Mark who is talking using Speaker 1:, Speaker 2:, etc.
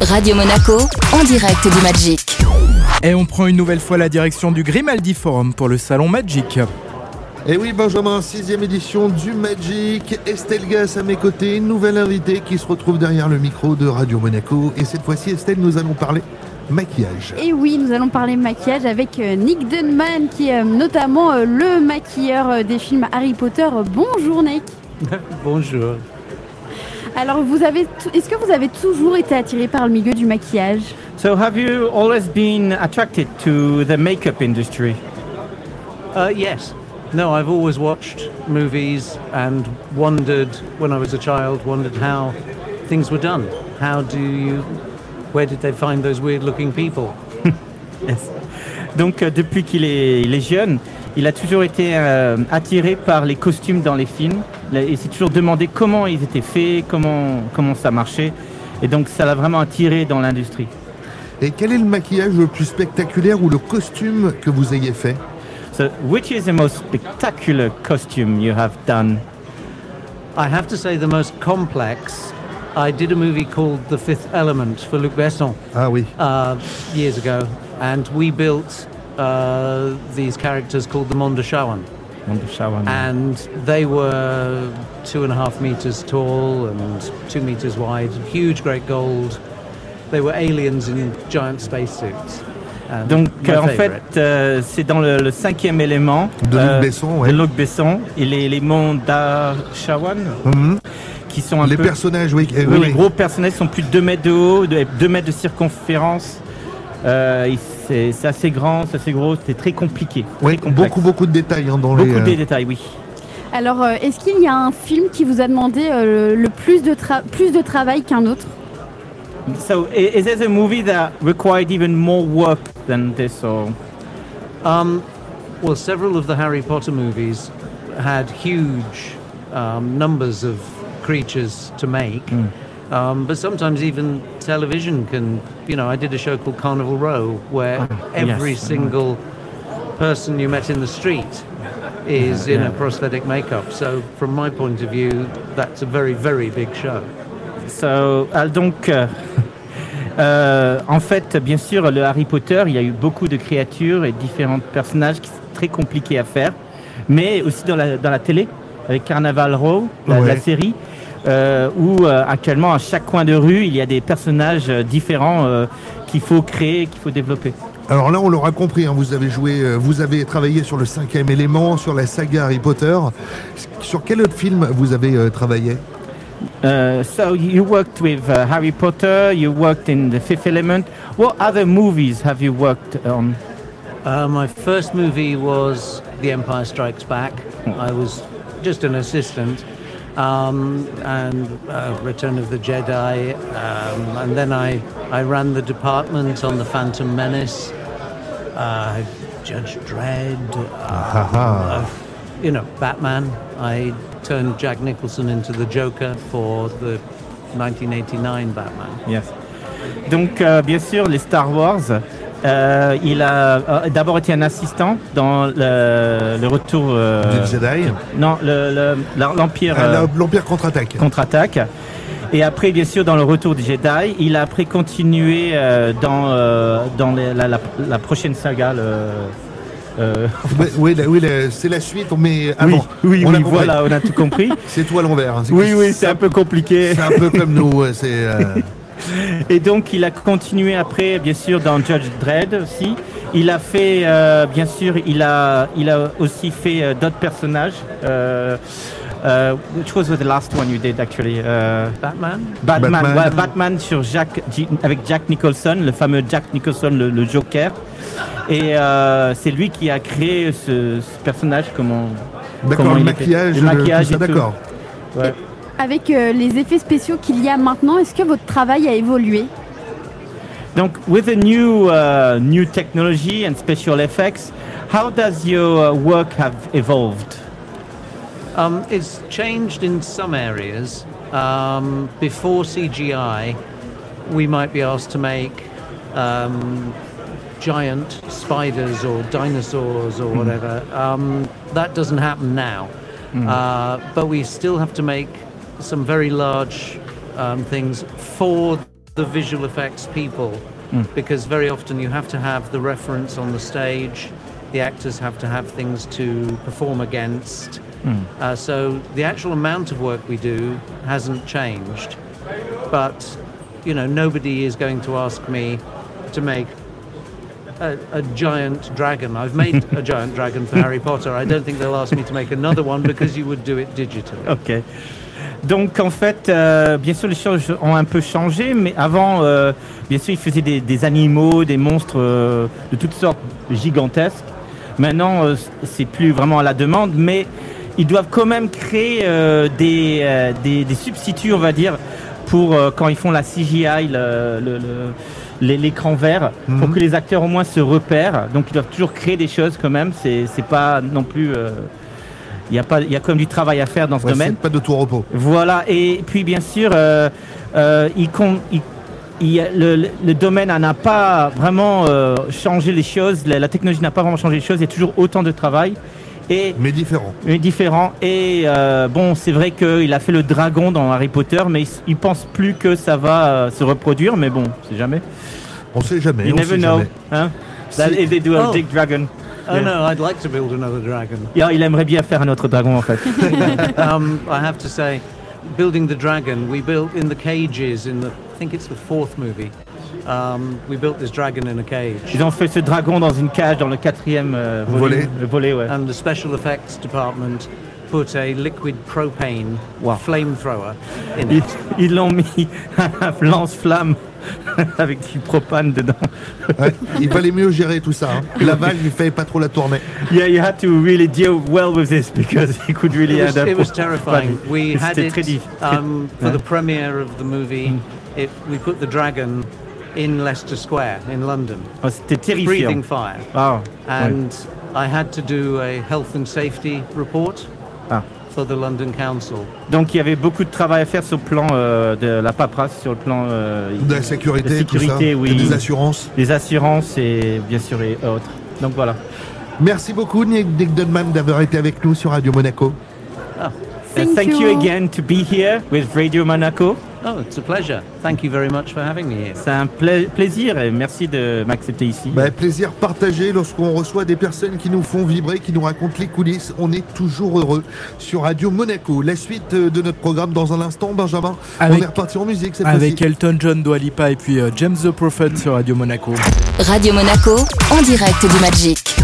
Speaker 1: Radio Monaco, en direct du Magic.
Speaker 2: Et on prend une nouvelle fois la direction du Grimaldi Forum pour le salon Magic.
Speaker 3: Et oui, Benjamin, sixième édition du Magic. Estelle Gass à mes côtés, nouvelle invitée qui se retrouve derrière le micro de Radio Monaco. Et cette fois-ci, Estelle, nous allons parler maquillage.
Speaker 4: Et oui, nous allons parler maquillage avec euh, Nick Dunman, qui est euh, notamment euh, le maquilleur euh, des films Harry Potter. Bonjour Nick.
Speaker 5: Bonjour.
Speaker 4: Alors, vous avez, tou- est-ce que vous avez toujours été attiré par le milieu du maquillage
Speaker 5: So, have you always been attracted to the makeup industry?
Speaker 6: Uh, yes. No, I've always watched movies and wondered, when I was a child, wondered how things were done. How do you, where did they find those weird looking people?
Speaker 5: Yes. Donc, euh, depuis qu'il est, il est jeune, il a toujours été euh, attiré par les costumes dans les films. Il a- Il s'est toujours demandé comment ils étaient faits, comment, comment ça marchait. Et donc, ça l'a vraiment attiré dans l'industrie.
Speaker 3: Et quel est le maquillage le plus spectaculaire ou le costume que vous ayez fait
Speaker 5: So, which is the most spectacular costume you have done?
Speaker 6: I have to say, the most complex. I did a movie called The Fifth Element for Luc Besson
Speaker 3: Ah oui.
Speaker 6: uh, years ago, and we built uh, these characters called the Mondashawan.
Speaker 5: Wonder Shower.
Speaker 6: and they were two and a half meters tall and two meters wide, huge, great gold. They were aliens in giant spacesuits. And
Speaker 5: Donc
Speaker 6: my
Speaker 5: euh, en
Speaker 6: favorite.
Speaker 5: fait, euh, c'est dans le, le cinquième élément euh,
Speaker 3: De Luc Besson, ouais.
Speaker 5: de Luc Besson et les, les Mondashawan,
Speaker 3: Mhm.
Speaker 5: qui sont un
Speaker 3: Les
Speaker 5: peu-
Speaker 3: personnages, oui. eh,
Speaker 5: Oui, les gros personnages sont plus de 2 mètres de haut, de 2 mètres de circonférence. Euh, il- c'est c'est assez grand, c'est assez gros, c'est très compliqué. très
Speaker 3: Oui,
Speaker 5: complexe.
Speaker 3: beaucoup, beaucoup de détails hein, dans les.
Speaker 5: Beaucoup de
Speaker 3: euh,
Speaker 5: détails, oui.
Speaker 4: Alors, euh, est-ce qu'il y a un film qui vous a demandé euh, le plus de, tra- plus de travail qu'un autre
Speaker 5: So, i- is there a movie that required even more work than this? Or...
Speaker 6: um, well, several of the Harry Potter movies had huge um, numbers of creatures to make.
Speaker 5: Hmm.
Speaker 6: Um, but sometimes even television can, you know, I did a show called Carnival Row where every
Speaker 5: Oh, yes, I know.
Speaker 6: single person you met in the street is in
Speaker 5: yeah.
Speaker 6: a prosthetic makeup. So, from my point of view, that's a very, very big show.
Speaker 5: So, ah, donc, euh, euh, en fait, bien sûr, le Harry Potter, il y a eu beaucoup de créatures et différents personnages qui sont très compliqués à faire. Mais aussi dans la, dans la télé, avec Carnaval Row, la,
Speaker 3: Ouais.
Speaker 5: la série, euh, où euh, actuellement, à chaque coin de rue, il y a des personnages euh, différents euh, qu'il faut créer, qu'il faut développer.
Speaker 3: Alors là, on l'aura compris. hein, vous avez joué, euh, vous avez travaillé sur le cinquième élément, sur la saga Harry Potter. S- Sur quel autre film vous avez euh, travaillé
Speaker 5: Uh, so you worked with uh, Harry Potter, you worked in The Fifth Element. What other movies have you worked on?
Speaker 6: Uh, my first movie was The Empire Strikes Back. I was just an assistant. Um, and uh, Return of the Jedi. Um, and then I, I ran the department on The Phantom Menace, uh, Judge Dredd, uh, uh, you know, Batman. I turned Jack Nicholson into the Joker for the 1989 Batman.
Speaker 5: Yes. Donc, euh, bien sûr, les Star Wars, euh, il a euh, d'abord été un assistant dans le, le retour. euh,
Speaker 3: Du Jedi
Speaker 5: Non, le- le- la- l'Empire
Speaker 3: Ah,
Speaker 5: euh,
Speaker 3: la- L'Empire contre-attaque.
Speaker 5: contre-attaque. Et après, bien sûr, dans le retour du Jedi, il a après continué euh, dans, euh, dans les- la, la- la prochaine saga. le- euh,
Speaker 3: Oui, oui, la- oui, la- c'est la suite, mais avant.
Speaker 5: Ah oui,
Speaker 3: On
Speaker 5: oui,
Speaker 3: l'a compris.
Speaker 5: voilà, on a tout compris.
Speaker 3: C'est tout à l'envers. hein, c'est-
Speaker 5: oui, oui, c'est un peu compliqué.
Speaker 3: C'est un peu comme nous. ouais, C'est. euh,
Speaker 5: Et donc, il a continué après, bien sûr, dans Judge Dredd aussi. Il a fait, euh, bien sûr, il a, il a aussi fait euh, d'autres personnages. Euh, euh, which was the last one you did actually? Euh,
Speaker 6: Batman?
Speaker 5: Batman, ouais,
Speaker 3: Batman.
Speaker 5: Batman. sur Jack, G- avec Jack Nicholson, le fameux Jack Nicholson, le, le Joker. Et euh, c'est lui qui a créé ce, ce personnage, comment.
Speaker 3: D'accord,
Speaker 5: comment
Speaker 3: le
Speaker 5: il était.
Speaker 3: maquillage.
Speaker 5: le maquillage
Speaker 3: tout ça,
Speaker 5: et tout.
Speaker 3: D'accord.
Speaker 5: Ouais.
Speaker 4: Avec euh, les effets spéciaux qu'il y a maintenant, est-ce que votre travail a évolué
Speaker 5: Donc, with the new uh, new technology and special effects, how does your uh, work have evolved?
Speaker 6: Um, it's changed in some areas. Um, before CGI, we might be asked to make um, giant spiders or dinosaurs or whatever. Um, that doesn't happen now. Uh, but we still have to make some very large um, things for the visual effects people because very often you have to have the reference on the stage, the actors have to have things to perform against. Uh, so the actual amount of work we do hasn't changed, but you know nobody is going to ask me to make a, a giant dragon. I've made a giant dragon for Harry Potter. I don't think they'll ask me to make another one because you would do it digitally.
Speaker 5: Ok. Donc en fait, euh, bien sûr les choses ont un peu changé, mais avant, euh, bien sûr, ils faisaient des, des animaux, des monstres euh, de toutes sortes gigantesques. Maintenant, euh, c'est plus vraiment à la demande, mais ils doivent quand même créer euh, des, euh, des, des substituts, on va dire, pour euh, quand ils font la CGI, le- le- le- l'é- l'écran vert,
Speaker 3: Mhm.
Speaker 5: pour que les acteurs au moins se repèrent. Donc ils doivent toujours créer des choses quand même. C'est c'est pas non plus. euh, Il y a pas, il y a quand même du travail à faire dans ce
Speaker 3: Ouais,
Speaker 5: domaine.
Speaker 3: c'est pas de tout repos.
Speaker 5: Voilà, et puis bien sûr, euh, euh, il com- il- il- le, le- le domaine n'a pas vraiment euh, changé les choses, la, la technologie n'a pas vraiment changé les choses, il y a toujours autant de travail. Et
Speaker 3: Mais différent.
Speaker 5: mais différent. Et euh, bon, c'est vrai qu'il a fait le dragon dans Harry Potter, mais il, s- il pense plus que ça va euh, se reproduire, mais bon, c'est jamais.
Speaker 3: On sait jamais.
Speaker 5: you
Speaker 3: on
Speaker 5: never
Speaker 3: sait
Speaker 5: know.
Speaker 3: jamais.
Speaker 5: Hein That
Speaker 3: Si-
Speaker 5: is they do a
Speaker 6: Oh.
Speaker 5: big dragon.
Speaker 6: Oh no, I'd like to build another dragon.
Speaker 5: Yeah, il aimerait bien faire un autre dragon en fait.
Speaker 6: um, I have to say, building the dragon, we built in the cages in the, I think it's the fourth movie. Um, we built this dragon in a cage.
Speaker 5: Ils ont fait ce dragon dans une cage dans le quatrième euh,
Speaker 3: Volet.
Speaker 5: volume- le volet, ouais.
Speaker 6: And the special effects department put a liquid propane
Speaker 5: Wow.
Speaker 6: flamethrower in
Speaker 5: Ils-
Speaker 6: it.
Speaker 5: Ils l'ont mis à un lance-flamme avec du propane dedans.
Speaker 3: Ouais, il valait mieux gérer tout ça. hein. La vague lui fait pas trop la tournée.
Speaker 5: Yeah, you had to really deal well with this because it could really
Speaker 6: It was,
Speaker 5: end up.
Speaker 6: it was terrifying. We had
Speaker 5: C'était
Speaker 6: it
Speaker 5: très dif-
Speaker 6: um, for
Speaker 5: Ouais.
Speaker 6: the premiere of the movie.
Speaker 5: Hmm.
Speaker 6: It, we put the dragon in Leicester Square in London,
Speaker 5: Oh, C'était terrifiant.
Speaker 6: breathing fire.
Speaker 5: Ah, ouais.
Speaker 6: and I had to do a health and safety report
Speaker 5: Ah.
Speaker 6: for the London Council.
Speaker 5: Donc il y avait beaucoup de travail à faire sur le plan euh, de la paperasse, sur le plan euh,
Speaker 3: De la sécurité,
Speaker 5: de
Speaker 3: tout ça.
Speaker 5: sécurité, oui.
Speaker 3: Et des assurances.
Speaker 5: les assurances et bien sûr et autres. Donc voilà.
Speaker 3: Merci beaucoup, Nick Nick Dunman, d'avoir été avec nous sur Radio Monaco.
Speaker 4: Thank
Speaker 5: Uh, thank you
Speaker 4: you.
Speaker 5: again to be here with Radio Monaco.
Speaker 6: Oh, it's a pleasure. Thank you very much for having me here.
Speaker 5: C'est un pla- plaisir et merci de m'accepter ici.
Speaker 3: Bah, plaisir partagé lorsqu'on reçoit des personnes qui nous font vibrer, qui nous racontent les coulisses. On est toujours heureux sur Radio Monaco. La suite euh, de notre programme dans un instant, Benjamin.
Speaker 2: Avec-
Speaker 3: on est reparti en musique cette
Speaker 2: Avec
Speaker 3: fois-ci.
Speaker 2: Elton John, Dua Lipa et puis euh, James the Prophet sur Radio Monaco.
Speaker 1: Radio Monaco, en direct du Magic.